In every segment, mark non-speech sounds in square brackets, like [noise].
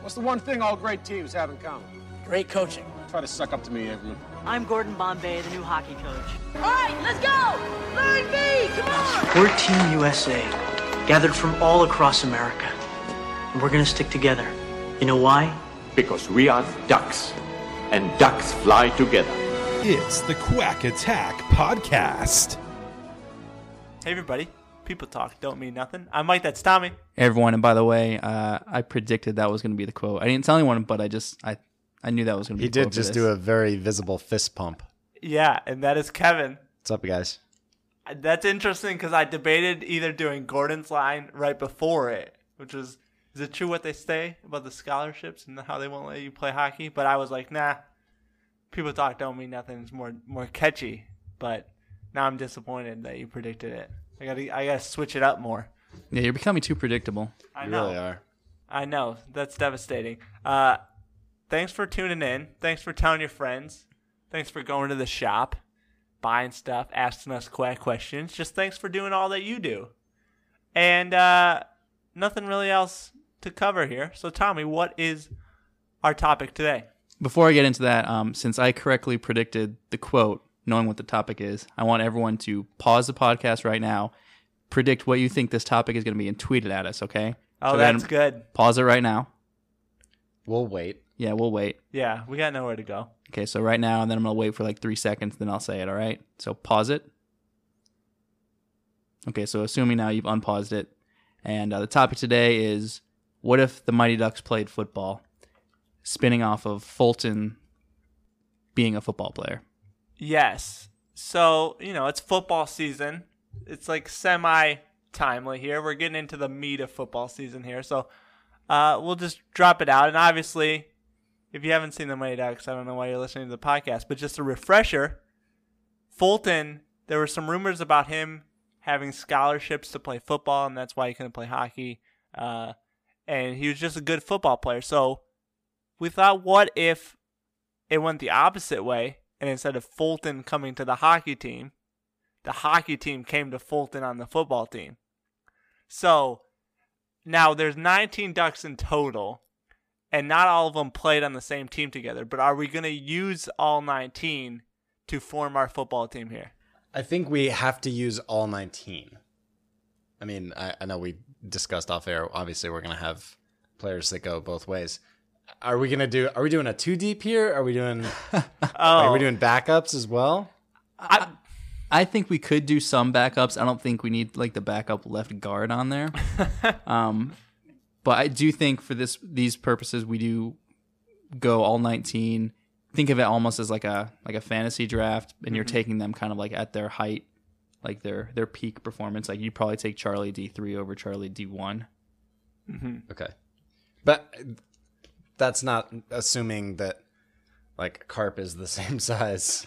What's the one thing all great teams have in common? Great coaching. Try to suck up to me, Eggman. I'm Gordon Bombay, the new hockey coach. All right, let's go! Learn me! Come on! We're Team USA, gathered from all across America. And we're going to stick together. You know why? Because we are ducks, and ducks fly together. It's the Quack Attack Podcast. Hey everybody, people talk don't mean nothing. I'm Mike, that's Tommy. everyone. And by the way, uh, I predicted that was going to be the quote. I didn't tell anyone, but I just I I knew that was going to be. He the quote did for just this. do a very visible fist pump. Yeah, and that is Kevin. What's up, guys? That's interesting because I debated either doing Gordon's line right before it, which was is it true what they say about the scholarships and how they won't let you play hockey? But I was like, nah, people talk don't mean nothing. It's more more catchy. But now I'm disappointed that you predicted it. I gotta I gotta switch it up more. Yeah, you're becoming too predictable. I You know. really are. I know that's devastating. Uh, thanks for tuning in. Thanks for telling your friends. Thanks for going to the shop, buying stuff, asking us quack questions. Just thanks for doing all that you do. And uh, nothing really else to cover here. So, Tommy, what is our topic today? Before I get into that, um, since I correctly predicted the quote, knowing what the topic is, I want everyone to pause the podcast right now, predict what you think this topic is going to be, and tweet it at us. Okay? Oh, So then that's good. Pause it right now. We'll wait. Yeah, we'll wait. Yeah, we got nowhere to go. Okay, so right now, and then I'm gonna wait for like three seconds, then I'll say it. All right. So pause it. Okay, so assuming now you've unpaused it, and uh, the topic today is what if the Mighty Ducks played football, spinning off of Fulton being a football player. Yes. So, you know, it's football season. It's like semi timely here. We're getting into the meat of football season here. So, uh, we'll just drop it out. And obviously, if you haven't seen the Mighty Ducks, I don't know why you're listening to the podcast, but just a refresher Fulton, there were some rumors about him having scholarships to play football, and that's why he couldn't play hockey. Uh, and he was just a good football player. So, we thought, what if it went the opposite way, and instead of Fulton coming to the hockey team, the hockey team came to Fulton on the football team. So now there's 19 Ducks in total, and not all of them played on the same team together. But are we going to use all 19 to form our football team here? I think we have to use all 19. I mean, I, I know we discussed off air. Obviously, we're going to have players that go both ways. Are we going to do, are we doing a two deep here? Are we [laughs] doing, Oh. are we doing backups as well? I think we could do some backups. I don't think we need like the backup left guard on there. um, but I do think for this these purposes we do go all 19. Think of it almost as like a like a fantasy draft and you're taking them kind of like at their height, like their their peak performance. Like you'd probably take Charlie D3 over Charlie D1. Okay. But that's not assuming that like Carp is the [laughs] same size.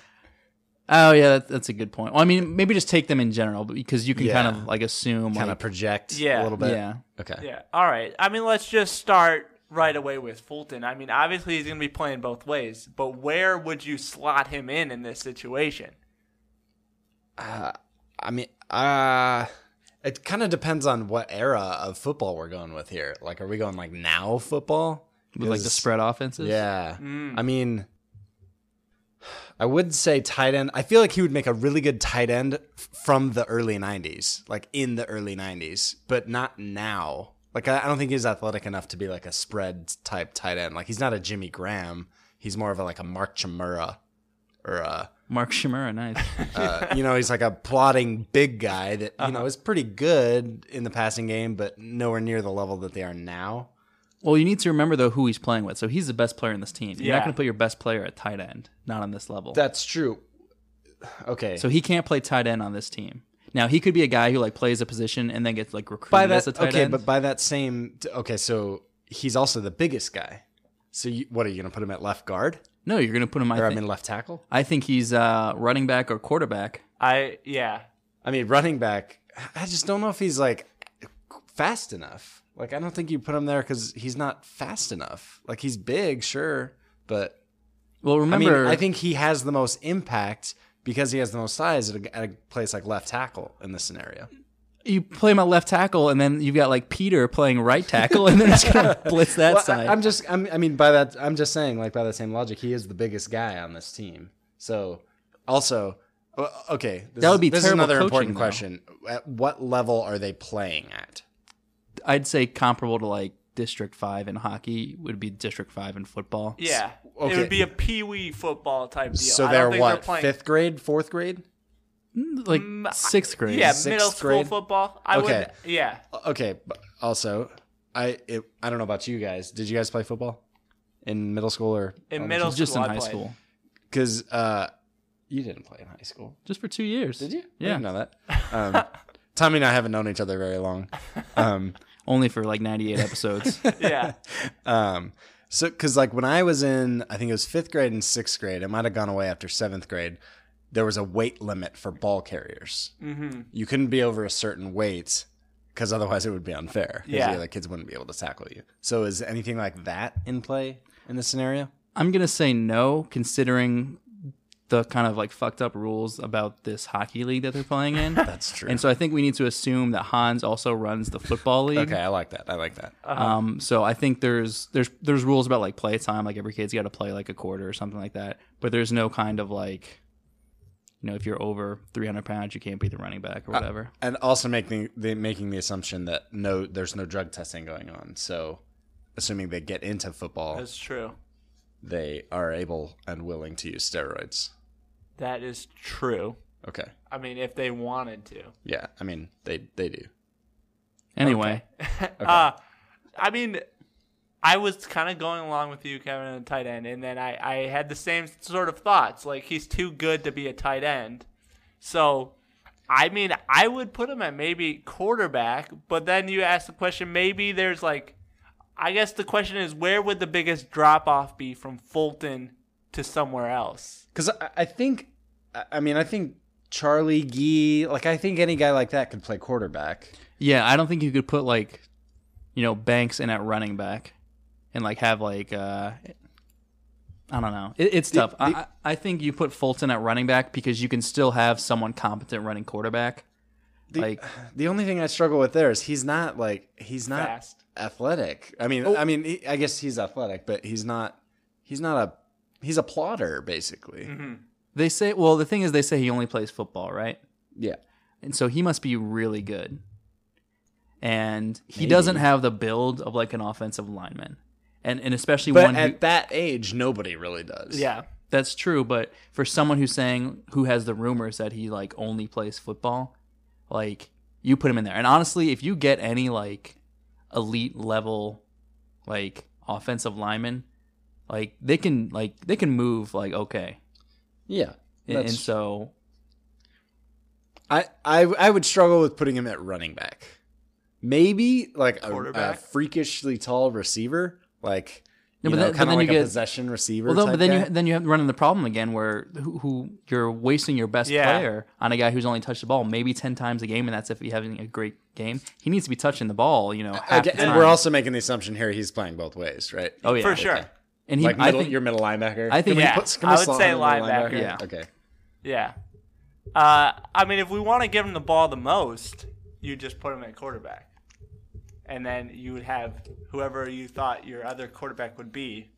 Oh yeah, that, that's a good point. Well, I mean, maybe just take them in general but- because you can kind Yeah. of like assume Kind like, of project a Yeah. little bit. Yeah. Okay. Yeah. All right. I mean, let's just start right away with Fulton. I mean, obviously he's going to be playing both ways, but where would you slot him in in this situation? I mean, uh it kind of depends on what era of football we're going with here. Like, are we going like now football? with like the 'Cause- spread offenses. Yeah. Mm. I mean, [sighs] I would say tight end. I feel like he would make a really good tight end f- from the early 90s, like in the early 90s, but not now. Like, I, I don't think he's athletic enough to be like a spread type tight end. Like, he's not a Jimmy Graham. He's more of a, like a Mark Chimura or a Mark Shimura, nice. uh, you know, he's like a plotting big guy that, you know, is pretty good in the passing game, but nowhere near the level that they are now. Well, you need to remember though who he's playing with. So he's the best player in this team. You're Yeah. not going to put your best player at tight end, not on this level. That's true. Okay. so he can't play tight end on this team. Now he could be a guy who like plays a position and then gets like recruited by that, as a tight okay, end. but by that same, okay, so he's also the biggest guy. So you, what are you going to put him at left guard? No, you're gonna put him. I, Or I thi- mean left tackle? I think he's uh, running back or quarterback. I yeah. I mean running back. I just don't know if he's like fast enough. Like I don't think you put him there because he's not fast enough. Like he's big, sure, but Well, remember, I mean I think he has the most impact because he has the most size at a, at a place like left tackle in this scenario. you play him at left tackle, and then you've got like Peter playing right tackle, and then it's gonna blitz [laughs] that Well, side. I, am just I'm, I mean by that I'm just saying like by that same logic he is the biggest guy on this team. So also o- okay this That would is- be this terrible is another coaching, important though. question. At what level are they playing at? I'd say comparable to like District Five in hockey would be District Five in football. Yeah. It okay. would be a pee wee football type deal. So I don't they're think what playing- fifth grade, fourth grade? Mm, like Mm, sixth grade. Yeah, sixth middle school grade? football. I Okay. would yeah. Okay. but Also, I it, I don't know about you guys. Did you guys play football in middle school or In middle school. Um, just in I high played. school, Because uh, you didn't play in high school, just for two years. did you? I Yeah, didn't know that. Um, Tommy and I haven't known each other very long. Um, only for like 98 episodes. Yeah. um, so because like when I was in, I think it was fifth grade and sixth grade. It might have gone away after seventh grade. There was a weight limit for ball carriers. Mm-hmm. you couldn't be over a certain weight because otherwise it would be unfair. 'cause Yeah. The other kids wouldn't be able to tackle you. So is anything like that in play in this scenario? [laughs] I'm gonna say no, considering the kind of like fucked up rules about this hockey league that they're [laughs] playing in. That's true. and so I think we need to assume that Hans also runs the football league. okay, Uh-huh. I like that. I like that. Um, so I think there's there's there's rules about like play time, like every kid's got to play like a quarter or something like that. But there's no kind of like, you know, if you're over 300 pounds, you can't be the running back or Uh, whatever. and also making the making the assumption that no, there's no drug testing going on. So assuming they get into football, That's true. they are able and willing to use steroids. That is true. Okay. I mean, if they wanted to. Yeah. I mean, they they do. anyway, Uh, I mean, I was kind of going along with you, Kevin, on the tight end, and then I, I had the same sort of thoughts. Like, he's too good to be a tight end. So, I mean, I would put him at maybe quarterback, but then you ask the question maybe there's like, I guess the question is where would the biggest drop off be from Fulton to somewhere else? Because I, I think, I- I mean, I think Charlie Gee, like I think any guy like that could play quarterback. yeah, I don't think you could put like, you know, Banks in at running back, and like have like, uh, I don't know, it, it's tough. I I, I think you put Fulton at running back because you can still have someone competent running quarterback. The- like The only thing I struggle with there is he's not like he's not Fast. athletic. I mean, Oh. I mean, he, I guess he's athletic, but he's not. He's not a. He's a plotter, basically. Mm-hmm. they say, well, the thing is, they say he only plays football, right? Yeah, and so he must be really good. And he doesn't have the build of like an offensive lineman, and and especially but one who, at that age, nobody really does. Yeah. that's true. But for someone who's saying who has the rumors that he like only plays football, like you put him in there. And honestly, if you get any like elite level like offensive lineman, like they can like they can move like okay, yeah. and, and that's- so I, I I would struggle with putting him at running back. Maybe like a, a Quarterback? freakishly tall receiver, like No, you but know, then- but kind then of you like a get- possession receiver. Well, though, type but then guy. you then you have run into the problem again where who, who you're wasting your best Yeah. player on a guy who's only touched the ball maybe ten times a game, and that's if he's having a great game. He needs to be touching the ball, you know, half Okay, the and time. we're also making the assumption here he's playing both ways, right? oh yeah, For sure. And he, like middle, I think, your middle linebacker. I Can think we he- put- can I we would slot say him in the linebacker. Yeah. Okay. Yeah. Uh, I mean, if we want to give him the ball the most, you just put him at quarterback. And then you would have whoever you thought your other quarterback would be,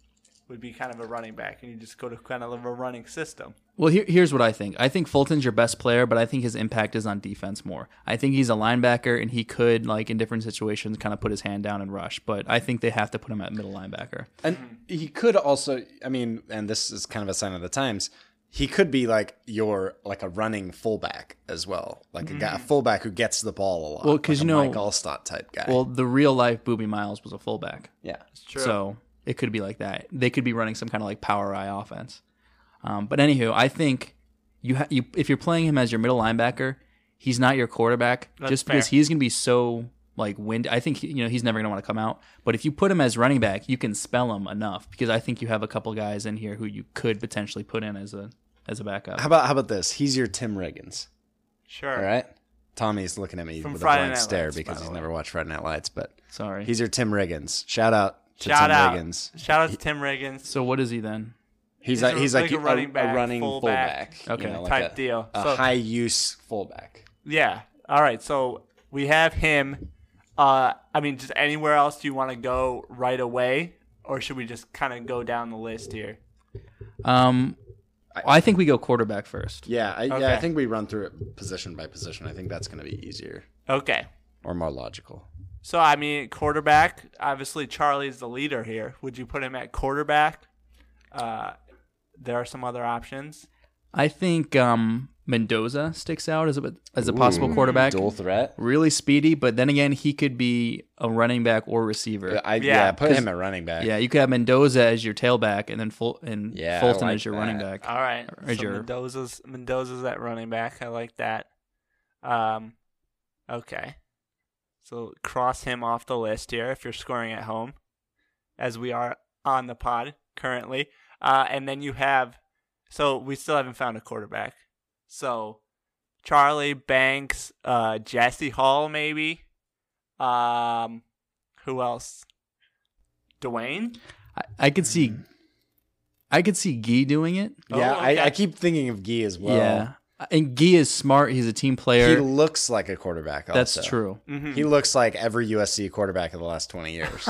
would be kind of a running back. And you just go to kind of a running system. Well, here, here's what I think. I think Fulton's your best player, but I think his impact is on defense more. I think he's a linebacker, and he could, like, in different situations, kind of put his hand down and rush. But I think they have to put him at middle linebacker. And he could also, I mean, and this is kind of a sign of the times. He could be like your like a running fullback as well, like a guy a fullback who gets the ball a lot. Mm-hmm. Well, 'cause like you a know- Mike Allstott type guy. Well, the real life Booby Miles was a fullback. yeah, True. So it could be like that. They could be running some kind of like power eye offense. Um, but anywho, I think you, ha- you if you're playing him as your middle linebacker, he's not your quarterback just because fair. he's going to be so like wind. I think you know he's never going to want to come out. But if you put him as running back, you can spell him enough because I think you have a couple guys in here who you could potentially put in as a as a backup. How about how about this? He's your Tim Riggins. Sure. All right. Tommy's looking at me From with Friday a blank Night stare Lights, by because the he's way. never watched Friday Night Lights, but Sorry. he's your Tim Riggins. Shout out to Shout Tim out. Riggins. Shout out to Tim Riggins. so what is he then? He's, He's like a- he's like like, a running back, a running fullback, fullback, okay, type a, deal. a So- high use fullback. Yeah. All right. So we have him. Uh, I mean, just anywhere else do you want to go right away, or should we just kind of go down the list here? Um, I think we go quarterback first. Yeah, I, yeah, Okay. I think we run through it position by position. I think that's going to be easier Okay. or more logical. So I mean, quarterback. Obviously, Charlie's the leader here. Would you put him at quarterback? Uh, there are some other options. I think um, Mendoza sticks out as a as a possible Ooh, quarterback. dual threat. Really speedy, but then again, he could be a running back or receiver. I, Yeah, yeah, put him at running back. Yeah, you could have Mendoza as your tailback, and then Ful- and Yeah, I Fulton like as your that. running back. All right. Or so your- Mendoza's Mendoza's at running back. I like that. Um, okay. So cross him off the list here if you're scoring at home, as we are on the pod currently. Uh, and then you have, so we still haven't found a quarterback. So Charlie Banks, uh, Jesse Hall, maybe. Um, who else? Dwayne. I, I could see, I could see Gee doing it. yeah. Oh, I, okay. I keep thinking of Gee as well. yeah, and Gee is smart. He's a team he player. looks like a quarterback. That's also. true. He looks like every USC quarterback of the last twenty years.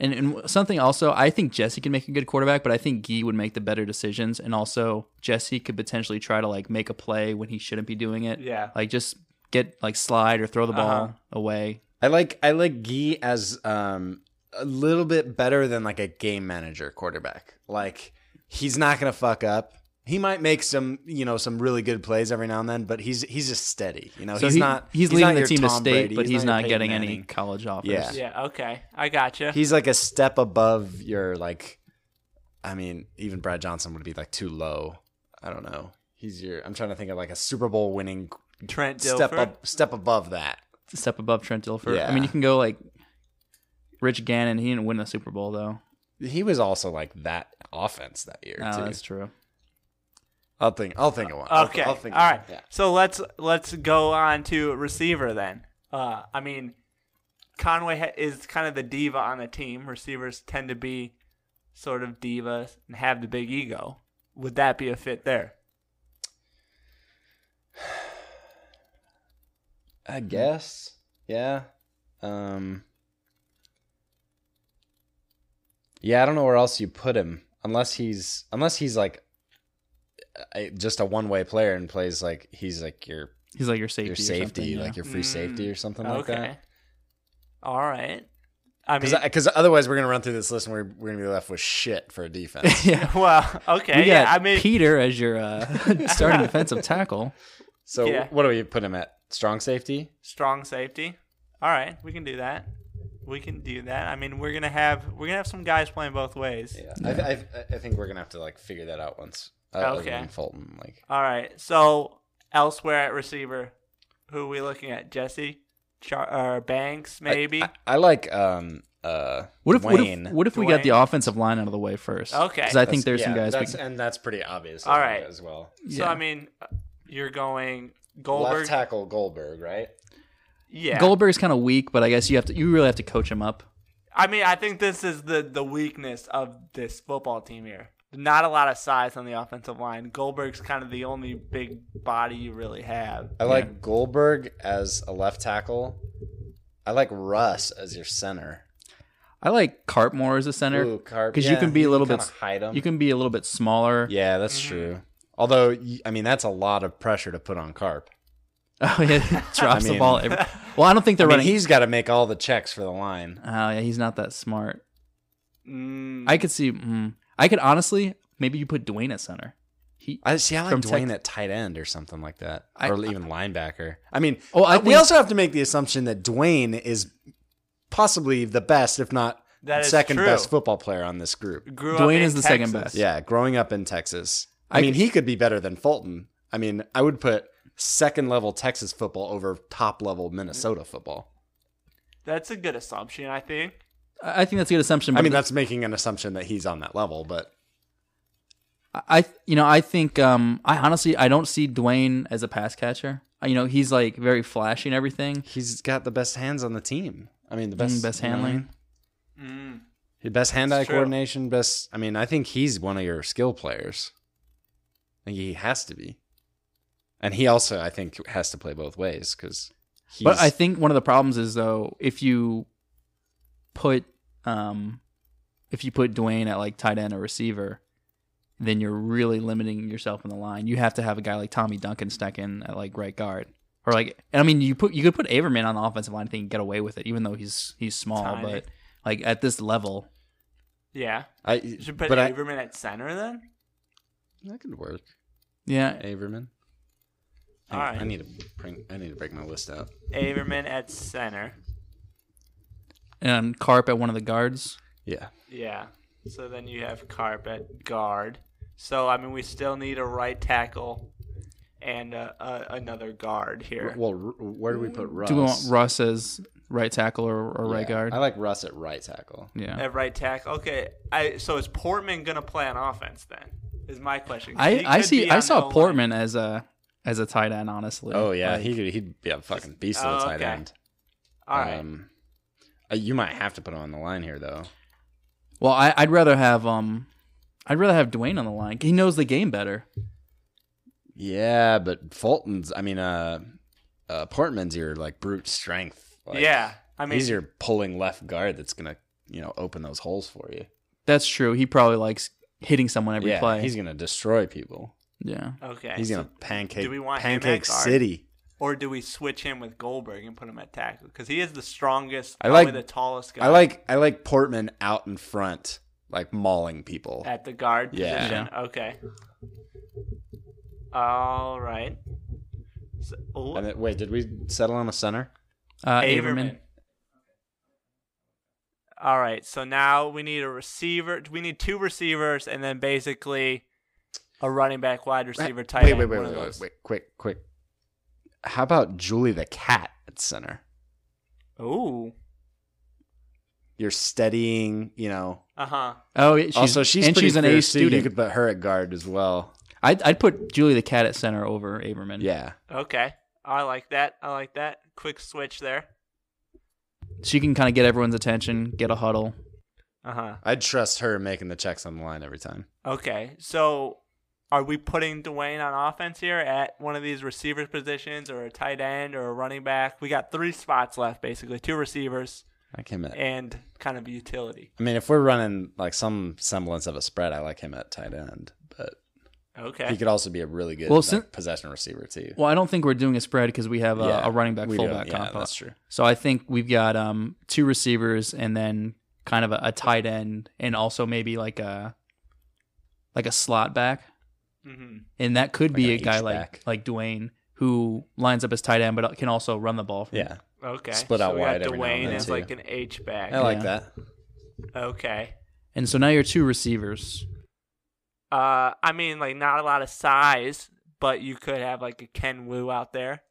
And, and something also, I think Jesse can make a good quarterback, but I think Gee would make the better decisions. And also, Jesse could potentially try to like make a play when he shouldn't be doing it. Yeah. like just get like slide or throw the ball Uh-huh. away. I like I like Gee as um a little bit better than like a game manager quarterback. Like he's not gonna fuck up. He might make some you know some really good plays every now and then, but he's he's just steady. You know Oh, So he's he- not He's, not leading the your team to Tom state, Brady. but he's your not Peyton getting any Manning. college offers. Yeah. Yeah. Okay. I gotcha. He's like a step above your like. I mean, even Brad Johnson would be like too low. I don't know. He's your. I'm trying to think of like a Super Bowl winning Trent Dilfer. step up step above that. a step above Trent Dilfer. I Yeah. mean, you can go like Rich Gannon. He didn't win the Super Bowl though. He was also like that offense that year Oh, too. that's true. I'll think. I'll think of one. I'll- Okay. I'll think of All one. right. So let's let's go on to receiver then. Uh, I mean, Conway ha- is kind of the diva on the team. Receivers tend to be sort of divas and have the big ego. Would that be a fit there? I guess. Yeah. Um. Yeah, I don't know where else you put him, unless he's unless he's like a, just a one way player and plays like he's like your He's like your safety. your or something, safety, yeah. Mm. like your free safety or something like okay. that. All right. I mean, Because otherwise we're gonna run through this list and we're, we're gonna be left with shit for a defense. yeah. well, [laughs] okay. You Yeah. got I mean, Peter as your uh, [laughs] starting defensive tackle. So Yeah. what do we put him at? Strong safety. strong safety. All right, we can do that. We can do that. I mean, we're gonna have we're gonna have some guys playing both ways. Yeah, I, I, I think we're gonna have to like figure that out once. Uh, other Okay. than Fulton, like All right. So elsewhere at receiver, who are we looking at? Jesse, Char- or Banks, maybe. I, I like um uh What if what Wayne. if, what if we got the Dwayne. offensive line out of the way first? Okay. Because I think there's some guys. that's, we, and that's pretty obvious. All right. as well. So yeah. I mean, uh, you're going Goldberg. Left tackle Goldberg, right? yeah. Goldberg's kind of weak, but I guess you have to. You really have to coach him up. I mean, I think this is the the weakness of this football team here. Not a lot of size on the offensive line. Goldberg's kind of the only big body you really have. I like Goldberg as a left tackle. I like Russ as your center. I like Cartmore as a center Ooh, Carp- because you yeah, can be a little bit. kinda hide him. You can be a little bit smaller. yeah, that's true. Although y- I mean, that's a lot of pressure to put on Carp. [laughs] Oh [laughs] yeah, drops the mean- ball. Every, well, I don't think I they're mean, running. he's got to make all the checks for the line. Oh yeah, he's not that smart. Mm, I could see. Mm, I could honestly, maybe you put Dwayne at center. He. I see. I like From Dwayne Tex- at tight end or something like that, I- or even linebacker. I mean, Oh, I we think- also have to make the assumption that Dwayne is possibly the best, if not That is second true. best football player on this group. grew up Dwayne in is the second Texas. best. Yeah, growing up in Texas, I, I- mean, he could be better than Fulton. I mean, I would put second level Texas football over top level Minnesota football. That's a good assumption, I think. I I think that's a good assumption. But I mean, that's making an assumption that he's on that level, but I you know I think um I honestly I don't see Dwayne as a pass catcher. I- You know he's like very flashy and everything. he's got the best hands on the team. I mean, the best Mm, best you know what I handling. mean? The best hand-eye It's true. coordination. Best. I mean, I think he's one of your skill players. I think he has to be, and he also I think has to play both ways because. But I think one of the problems is though if you put um if you put Dwayne at like tight end or receiver, then you're really limiting yourself in the line. You have to have a guy like Tommy Duncan stuck in at like right guard. Or like and I mean you put you could put Averman on the offensive line I think and get away with it, even though he's he's small, Tiny. but like at this level. Yeah. I You should put but I, Averman at center then? that could work. Yeah. Averman. All right. I need to bring. I need to break my list out. Averman at center. And Carp at one of the guards. Yeah. Yeah. So then you have Carp at guard. So I mean, we still need a right tackle and uh uh another guard here. Well, r- where do we put Russ? Do we want Russ as right tackle or, or Uh, right Yeah, guard? I like Russ at right tackle. yeah. At right tackle. Okay. I so is Portman gonna play on offense then? Is my question. 'Cause I, he I could see be I on the saw O-line. Portman as a as a tight end, honestly. Oh yeah, Like, he could, he'd be a fucking beast at Oh, the tight okay. end. All right. Um, uh, you might have to put him on the line here though. well, I, I'd rather have um, I'd rather have Dwayne on the line. He knows the game better. Yeah, but Fulton's. I mean, uh, uh Portman's your like brute strength. Like, yeah. I mean, he's your pulling left guard that's gonna you know open those holes for you. That's true. He probably likes hitting someone every yeah, play. he's gonna destroy people. yeah, okay. He's so- gonna pancake. do we want him at pancake guard? city? or do we switch him with Goldberg and put him at tackle because he is the strongest, I probably like- the tallest guy. I like I like Portman out in front, like mauling people. at the guard Yeah. position. Okay. All right. So, oh, And then, wait, did we settle on a center? uh, Averman. Averman. All right, so now we need a receiver. We need two receivers, and then basically a running back, wide receiver, tight wait, end. wait, wait, one of wait, wait, those. wait, quick, quick. How about Julie the cat at center? Ooh, You're steadying, you know. uh huh. Oh, yeah, she's, also, she's and pretty she's an A fierce, too. student. You could put her at guard as well. I'd I'd put Julie the cat at center over Averman. Yeah, Okay, I like that. I like that. Quick switch there. she can kind of get everyone's attention, get a huddle. Uh huh. I'd trust her making the checks on the line every time. Okay, so are we putting Dwayne on offense here at one of these receivers positions, or a tight end, or a running back? We got three spots left, basically two receivers Like him at. and kind of utility. I mean, if we're running like some semblance of a spread, I like him at tight end, but Okay. he could also be a really good Well, like, sin- possession receiver too. Well, I don't think we're doing a spread because we have a, Yeah, a running back we fullback don't. Yeah, combo. that's true. So I think we've got um two receivers and then kind of a, a tight end and also maybe like a like a slot back. Mhm. And that could be a Like an guy H-back. like like Dwayne who lines up as tight end but can also run the ball. for- Yeah, Okay. Split out so we wide got every now and Dwayne then, as too. like an H back. I like Yeah. that. Okay. And so now you're two receivers. Uh, I mean, like not a lot of size, but you could have like a Ken Wu out there.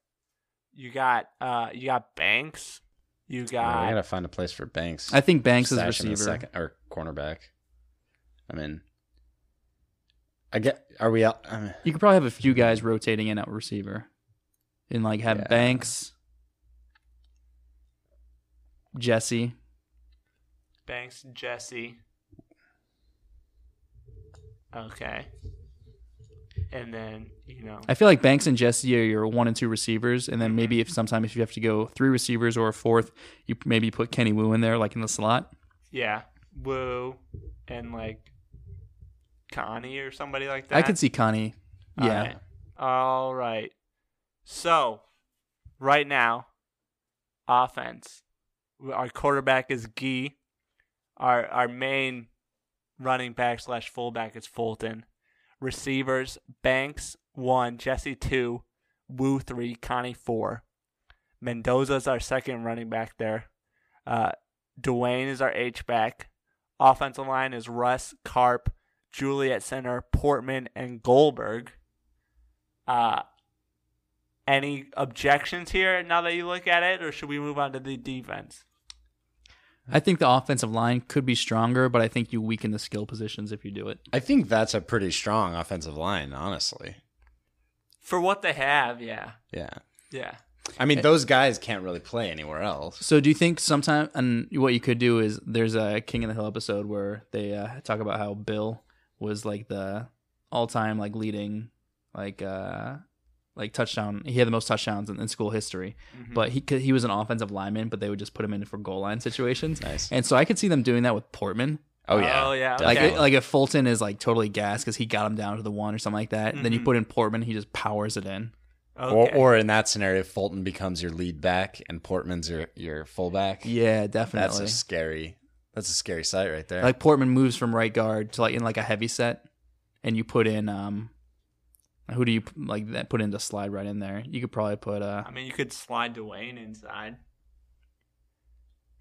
You got uh, you got Banks. Oh, You Yeah, we got gotta find a place for Banks. I think Banks is Stash him in receiver. the second or cornerback. I mean, I get. Are we out? I mean, You could probably have a few guys rotating in at receiver. And like have Yeah. Banks Jesse. Banks, Jesse. Okay. And then you know. I feel like Banks and Jesse are your one and two receivers, and then maybe if sometime if you have to go three receivers or a fourth, you p- maybe put Kenny Wu in there, like in the slot. Yeah. Wu and like Connie or somebody like that. I could see Connie. Yeah, Alright. All right. So, right now, offense. Our quarterback is Gee. Our our main running back slash fullback is Fulton. Receivers: Banks one, Jesse two, Wu three, Connie four. Mendoza's our second running back there. Uh, Dwayne is our H back. Offensive line is Russ, Carp, Juliet center, Portman, and Goldberg. Uh, any objections here now that you look at it, or should we move on to the defense? I think the offensive line could be stronger, but I think you weaken the skill positions if you do it. I think that's a pretty strong offensive line, honestly. For what they have, yeah. Yeah. Yeah. I mean, those guys can't really play anywhere else. So do you think sometime and what you could do is there's a King of the Hill episode where they uh, talk about how Bill was like the all-time like leading like uh like touchdown he had the most touchdowns in, in school history Mm-hmm. but he could- he was an offensive lineman but they would just put him in for goal line situations Nice. and so I could see them doing that with Portman Oh yeah. Oh, yeah, like Okay. it, like if Fulton is like totally gassed because he got him down to the one or something like that Mm-hmm. then you put in Portman he just powers it in Or, Okay. or in that scenario, Fulton becomes your lead back and Portman's your, your fullback. yeah That's definitely a scary. That's a scary sight right there. like Portman moves from right guard to like in like a heavy set, and you put in um, who do you p- like that put in to slide right in there? You could probably put uh, I mean, you could slide Dwayne inside,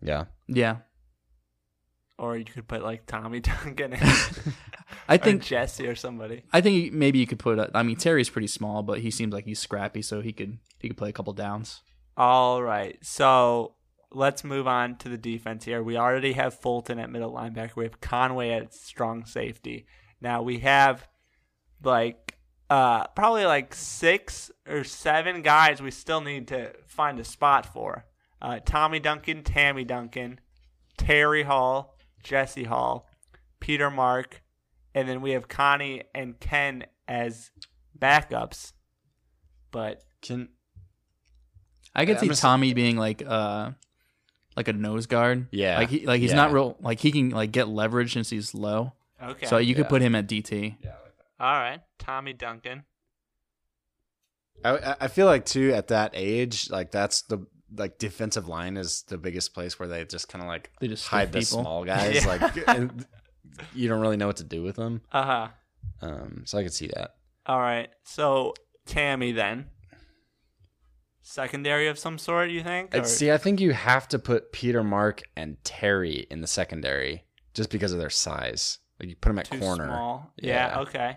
yeah. yeah. [laughs] or you could put like Tommy [laughs] Duncan in. [laughs] I think or Jesse or somebody. I think maybe you could put. uh, I mean Terry's pretty small, but he seems like he's scrappy, so he could he could play a couple downs. All right. So let's move on to the defense here. We already have Fulton at middle linebacker. We have Conway at strong safety. Now we have like uh probably like six or seven guys we still need to find a spot for. Uh Tommy Duncan, Tammy Duncan, Terry Hall, Jesse Hall, Peter Mark, and then we have Connie and Ken as backups. But Can I could Yeah, I'm see gonna s- Tommy being like uh like a nose guard. Yeah, like he like he's yeah. not real. Like he can like get leverage since he's low. okay. so you could put him at DT. All right, Tommy Duncan. I- I, I feel like too at that age, like that's the like defensive line is the biggest place where they just kind of like They just hide the stiff people. small [laughs] guys. Yeah. Like and you don't really know what to do with them. Uh huh. Um, so I could see that. All right, so Tammy then. Secondary of some sort, you think? i Or- see, I think you have to put Peter Mark and Terry in the secondary just because of their size. Like you put them at too corner, small. Yeah. Yeah. Okay.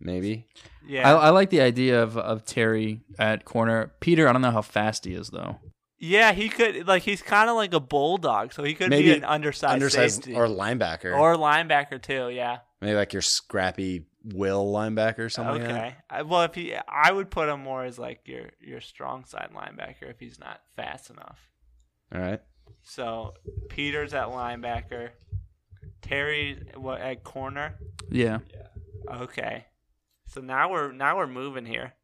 maybe. Yeah. I, I like the idea of of Terry at corner. Peter, I don't know how fast he is though. yeah, he could like he's kind of like a bulldog, so he could maybe be an undersized, undersized safety. or linebacker, Or linebacker too. Yeah. maybe like your scrappy will linebacker or something. Like that. okay. I, well, if he, I would put him more as like your your strong side linebacker if he's not fast enough. All right. So Peters at linebacker, Terry what at corner. Yeah. Okay. So now we're now we're moving here.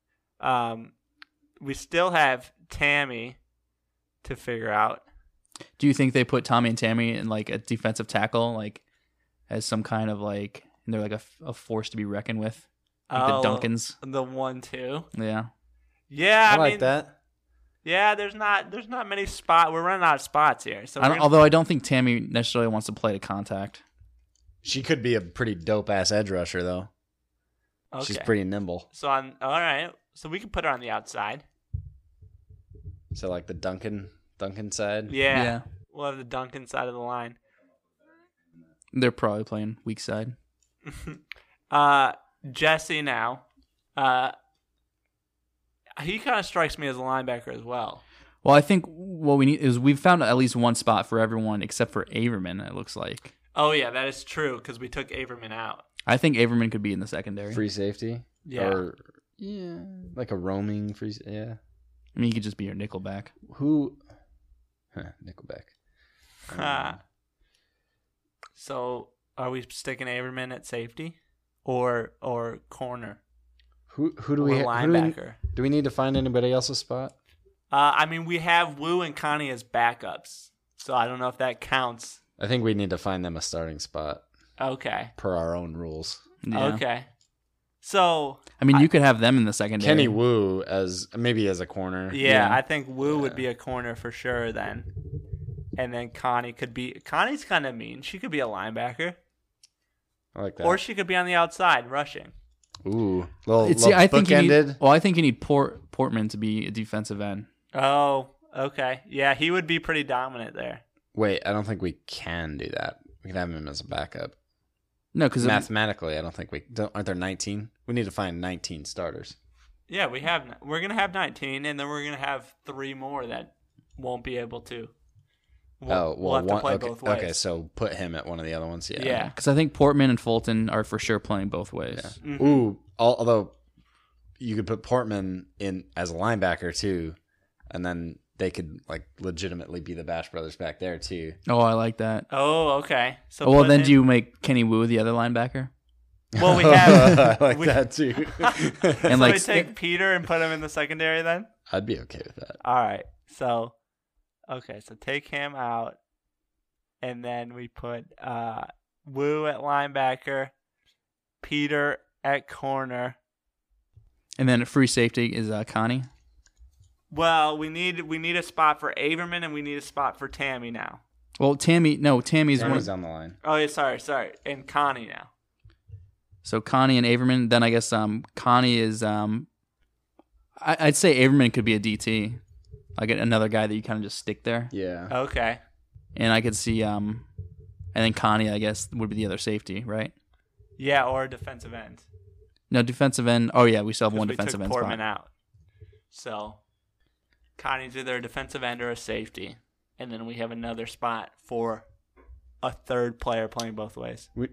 Um we still have Tammy to figure out. Do you think they put Tommy and Tammy in like a defensive tackle, like as some kind of like, and they're like a, f- a force to be reckoned with? Like Oh, the Duncans. The one two. Yeah. Yeah, I, I, like mean, that. Yeah, there's not there's not many spot we're running out of spots here. So I we're don't, gonna- although I don't think Tammy necessarily wants to play to contact. She could be a pretty dope ass edge rusher though. She's okay. pretty nimble. So on all right. So we can put her on the outside. So like the Duncan Duncan side. Yeah. Yeah. We'll have the Duncan side of the line. They're probably playing weak side. Uh Jesse now. Uh he kind of strikes me as a linebacker as well. Well, I think what we need is we've found at least one spot for everyone except for Averman, it looks like. Oh yeah, that is true because we took Averman out. I think Averman could be in the secondary. Free safety. Yeah. Or yeah, like a roaming free. s- Yeah. I mean, he could just be your nickelback. Who? [laughs] Huh, Nickelback. Um, Ha. so are we sticking Averman at safety or or corner Who who do or we ha- who do we- linebacker? do we need to find anybody else's spot? Uh, I mean, we have Wu and Connie as backups, so I don't know if that counts. I think we need to find them a starting spot Okay, per our own rules. Yeah. okay. So I mean, you could have them in the secondary. Kenny Wu as maybe as a corner. yeah, Yeah. I think Wu would be a corner for sure then, and then Connie could be. Connie's kind of mean. She could be a linebacker, I like that. or she could be on the outside rushing. Ooh, little, It's- little I think you bookended. need, Oh. well, I think you need Port, Portman to be a defensive end. Oh, okay. Yeah, he would be pretty dominant there. Wait, I don't think we can do that. We can have him as a backup. No, because Mathematically, I don't think we don't, aren't there 19. We need to find 19 starters. Yeah, we have. We're gonna have 19, and then we're gonna have three more that won't be able to We'll, Oh, well, we'll have one, to play okay, both ways. okay, so put him at one of the other ones. Yeah. yeah. Because I think Portman and Fulton are for sure playing both ways. Mm-hmm. Ooh, al- although you could put Portman in as a linebacker too, and then they could like legitimately be the Bash Brothers back there [laughs] too. Oh, I like that. Oh, okay. So well, put then in- do you make Kenny Wu the other linebacker? [laughs] [laughs] Well, we have. I like [laughs] we- that [laughs] too. [laughs] And so like, we take Peter and put him in the secondary then. I'd be okay with that. All right. So, okay. So take him out, and then we put uh, Wu at linebacker, Peter at corner. and then free safety is uh, Connie. Well, we need we need a spot for Averman, and we need a spot for Tammy now. Well, Tammy, no, Tammy's one. Tammy's on the line. Oh, yeah. Sorry, sorry. And Connie now. So Connie and Averman. Then I guess um Connie is um I, I'd say Averman could be a DT, like a- another guy that you kind of just stick there. Yeah. Okay. And I could see um and then Connie I guess would be the other safety, right? Yeah, or a defensive end. No defensive end. Oh yeah, we still have 'Cause one we defensive took end Portman spot. out. So Connie's either a defensive end or a safety, and then we have another spot for a third player playing both ways. We,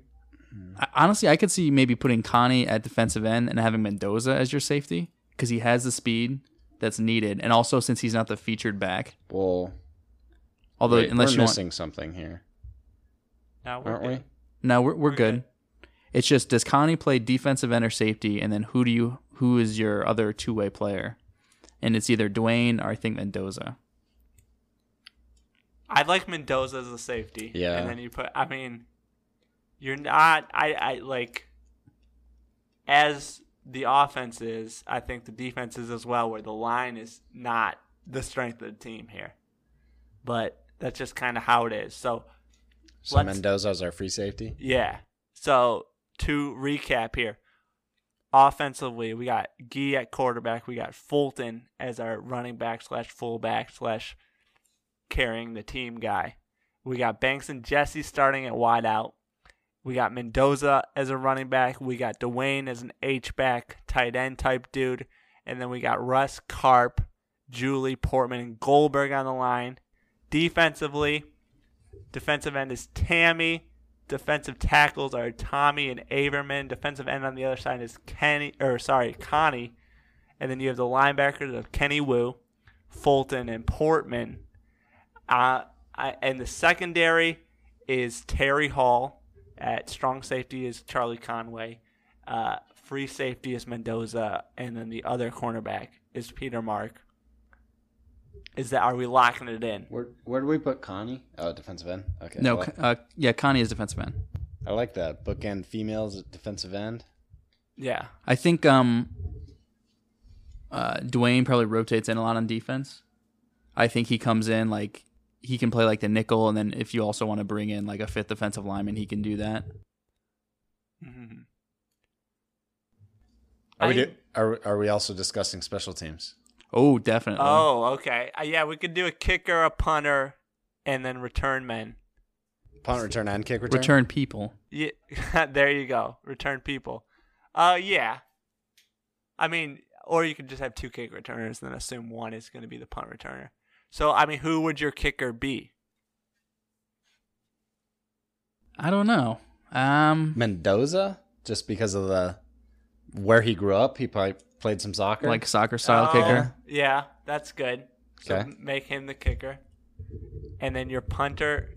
I, honestly, I could see maybe putting Connie at defensive end and having Mendoza as your safety because he has the speed that's needed, and also since he's not the featured back. well, Although wait, unless we're you want, missing something here, Now we're aren't we? good. No, we're, we're, good. good. It's just does Connie play defensive end or safety, and then who do you who is your other two way player? And it's either Dwayne or I think Mendoza. I'd like Mendoza as a safety. Yeah. And then you put. I mean, you're not. I I like. As the offense is, I think the defense is as well, where the line is not the strength of the team here, but that's just kind of how it is. So So Let's- Mendoza's our free safety. Yeah. So to recap here, offensively, we got Gee at quarterback. We got Fulton as our running back slash fullback slash carrying the team guy. We got Banks and Jesse starting at wideout. We got Mendoza as a running back. We got Dwayne as an H back tight end type dude, and then we got Russ Carp, Julie Portman, and Goldberg on the line. Defensively, Defensive end is Tammy. Defensive tackles are Tommy and Averman. Defensive end on the other side is Kenny, or sorry, Connie. And then you have the linebackers of Kenny Wu, Fulton, and Portman. Uh, I, and the secondary is Terry Hall. At strong safety is Charlie Conway. Uh, free safety is Mendoza, and then the other cornerback is Peter Mark. Is that are we locking it in? Where where do we put Connie? Oh, defensive end. Okay. No, I like, uh, yeah, Connie is defensive end. I like that bookend females at defensive end. Yeah. I think um, uh, Dwayne probably rotates in a lot on defense. I think he comes in like he can play like the nickel, and then if you also want to bring in like a fifth defensive lineman, he can do that. Are we I- do, are are we also discussing special teams? Oh, definitely. Oh, okay. Uh, yeah, we could do a kicker, a punter, and then return men. Punt return and kick return. return people. Yeah, [laughs] there you go. Return people. Uh, yeah. I mean, or you could just have two kick returners and then assume one is going to be the punt returner. So, I mean, who would your kicker be? I don't know. Um, Mendoza, just because of the where he grew up, he probably played some soccer. like soccer style Oh, kicker. Yeah, that's good. So Okay. make him the kicker. And then your punter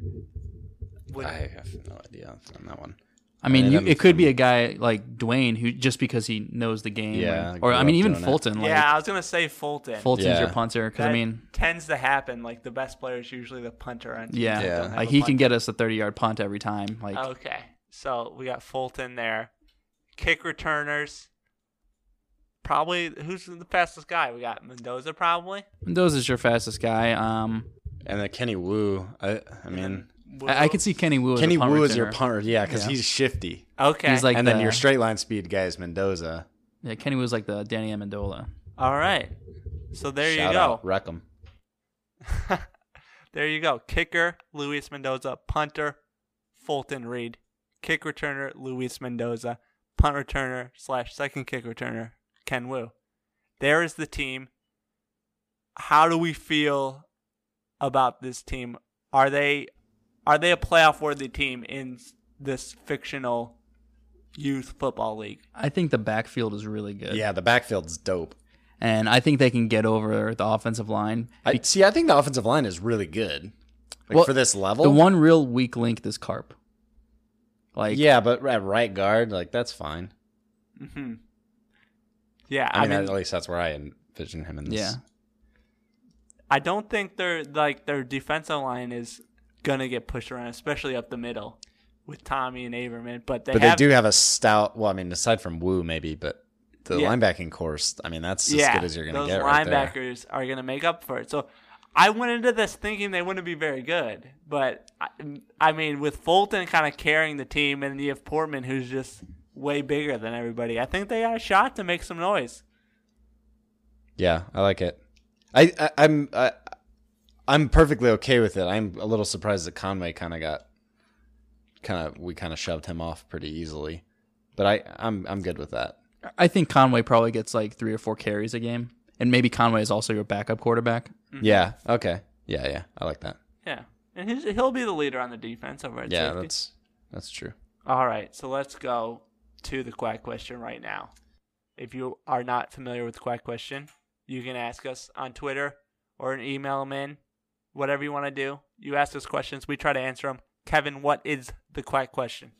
would I have no idea on that one. I mean, Yeah, you, that it makes could be sense. a guy like Dwayne who just because he knows the game, Yeah, or, or, I grew mean, up even doing it. Fulton. Like, Yeah, I was going to say Fulton. Fulton's your Yeah. punter because That I mean, tends to happen. Like the best player is usually the punter on teams yeah, that don't have like a he can punter. get us a thirty-yard punt every time. Like, Oh, Okay, so we got Fulton there, kick returners. Probably who's the fastest guy? We got Mendoza probably. Mendoza's your fastest guy. Um, And then Kenny Wu, I I mean I, I could see Kenny Wu. As Kenny a punt Wu is your returner. punter, yeah, because he's shifty. Okay, He's like and then the- your straight line speed guy is Mendoza. Yeah, Kenny Wu's like the Danny Amendola. all right. So there Shout you go. out, wreck him. There you go. Kicker, Luis Mendoza. Punter, Fulton Reed. Kick returner, Luis Mendoza. Punt returner slash second kick returner, Ken Wu. There is the team. How do we feel about this team Are they are they a playoff worthy team in this fictional youth football league? I think the backfield is really good. Yeah, the backfield's dope. And I think they can get over the offensive line. I see. I think the offensive line is really good, like Well, for this level. The one real weak link is Carp. Like yeah, but at right guard, like that's fine. Yeah, I, mean, at least that's where I envision him in this. Yeah. I don't think their like their defensive line is gonna get pushed around, especially up the middle with Tommy and Averman. But they but have, they do have a stout. Well, I mean, aside from Wu, maybe, but the Yeah. linebacking course. I mean, that's as yeah, good as you're gonna those get right there. linebackers are gonna make up for it. So I went into this thinking they wouldn't be very good, but I, I mean, with Fulton kind of carrying the team, and you have Portman who's just way bigger than everybody, I think they got a shot to make some noise. Yeah, I like it. I, I I'm I, I'm perfectly okay with it. I'm a little surprised that Conway kind of got kind of we kind of shoved him off pretty easily, but I I'm I'm good with that. I think Conway probably gets like three or four carries a game. And maybe Conway is also your backup quarterback. Mm-hmm. Yeah. Okay. Yeah. Yeah. I like that. Yeah, and he's, he'll be the leader on the defense over at yeah. safety. That's that's true. All right, so let's go to the quack question right now. If you are not familiar with the quack question, you can ask us on Twitter or an email them in, whatever you want to do. You ask us questions, we try to answer them. Kevin, what is the quack question?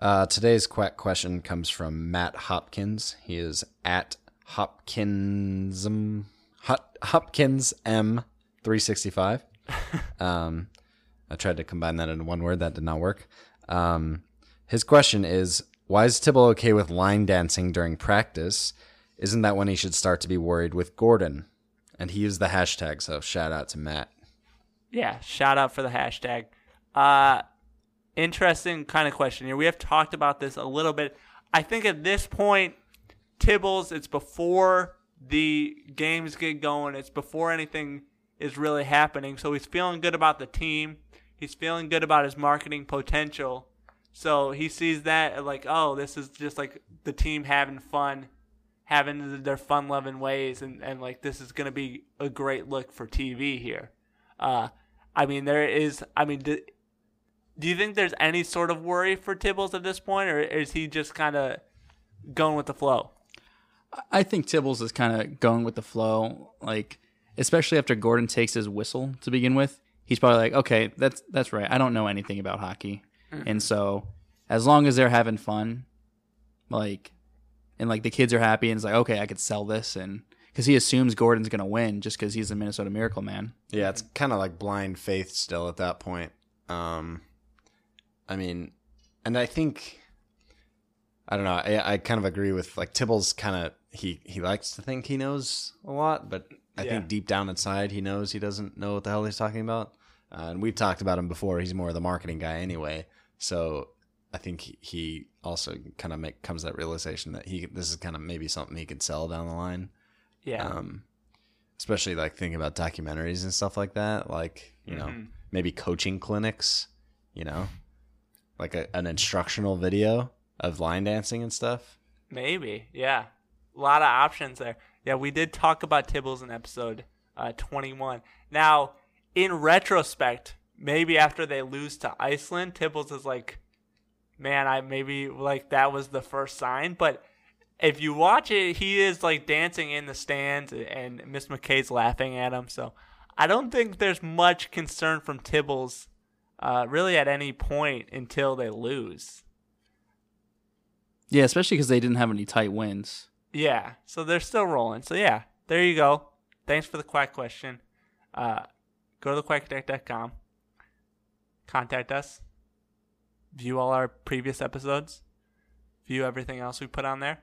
Uh, today's quack question comes from Matt Hopkins. He is at Hopkins Hot, Hopkins M three sixty five. Um, I tried to combine that into one word. That did not work. Um, his question is: Why is Tibble okay with line dancing during practice? Isn't that when he should start to be worried with Gordon? And he used the hashtag, so shout out to Matt. Yeah, shout out for the hashtag. Uh, interesting kind of question here. We have talked about this a little bit. I think at this point, Tibbles, it's before the games get going, it's before anything is really happening. So he's feeling good about the team, he's feeling good about his marketing potential. So he sees that like, oh, this is just like the team having fun, having their fun loving ways, and, and like this is gonna be a great look for TV here. Uh, I mean, there is. I mean, do, do you think there's any sort of worry for Tibbles at this point, or is he just kind of going with the flow? I think Tibbles is kind of going with the flow, like especially after Gordon takes his whistle to begin with. He's probably like, okay, that's that's right. I don't know anything about hockey, and so as long as they're having fun, like, and like the kids are happy, and it's like, okay, I could sell this, and because he assumes Gordon's gonna win just because he's the Minnesota Miracle Man. Yeah, it's kind of like blind faith still at that point. Um, I mean, and I think I don't know. I, I kind of agree with like Tibble's kind of he he likes to think he knows a lot, but I think deep down inside he knows he doesn't know what the hell he's talking about. Uh, and we've talked about him before. He's more of the marketing guy anyway, so I think he- he also kind of make comes to that realization that he this is kind of maybe something he could sell down the line Yeah, um, especially like thinking about documentaries and stuff like that. Like you know, maybe coaching clinics. You know, like a, an instructional video of line dancing and stuff. maybe. Yeah, a lot of options there. Yeah, we did talk about Tibbles in episode uh, 21. Now, in retrospect, maybe after they lose to Iceland, Tibbles is like, man, I maybe like that was the first sign, but. if you watch it, he is like dancing in the stands, and Miss McKay's laughing at him. So I don't think there's much concern from Tibbles, uh, really, at any point until they lose. Yeah, especially because they didn't have any tight wins. Yeah, so they're still rolling. So yeah, there you go. Thanks for the quack question. Uh, go to thequackdeck.com. Contact us. View all our previous episodes. View everything else we put on there.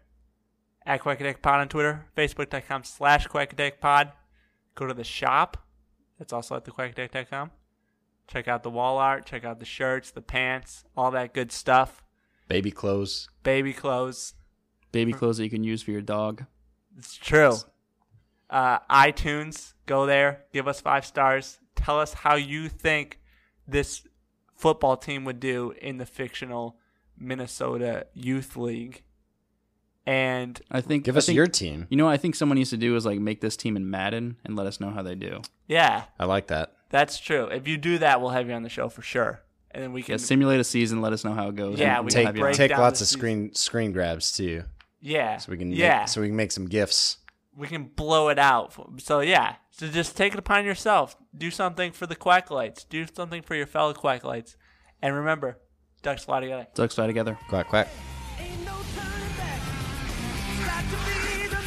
At Quackadeck Pod on Twitter, Facebook.com slash Quackadeck Pod. Go to the shop. That's also at thequackadeck.com. Check out the wall art, check out the shirts, the pants, all that good stuff. Baby clothes. Baby clothes. Baby clothes that you can use for your dog. It's true. Uh, iTunes, go there, give us five stars. Tell us how you think this football team would do in the fictional Minnesota Youth League. And I think. Give I us think- your team. You know, what I think someone needs to do is like make this team in Madden and let us know how they do. yeah, I like that. That's true. If you do that, we'll have you on the show for sure, and then we Yeah, can. simulate a season. Let us know how it goes. Yeah, we and we'll can Take have you on. break take down lots the of screen screen grabs too, yeah, so we can yeah, make, so we can make some gifts. we can blow it out. So yeah, so just take it upon yourself. Do something for the Quacklights. Do something for your fellow Quacklights, and remember, ducks fly together. Ducks fly together. Quack quack. Ain't no turning back. It's got to be the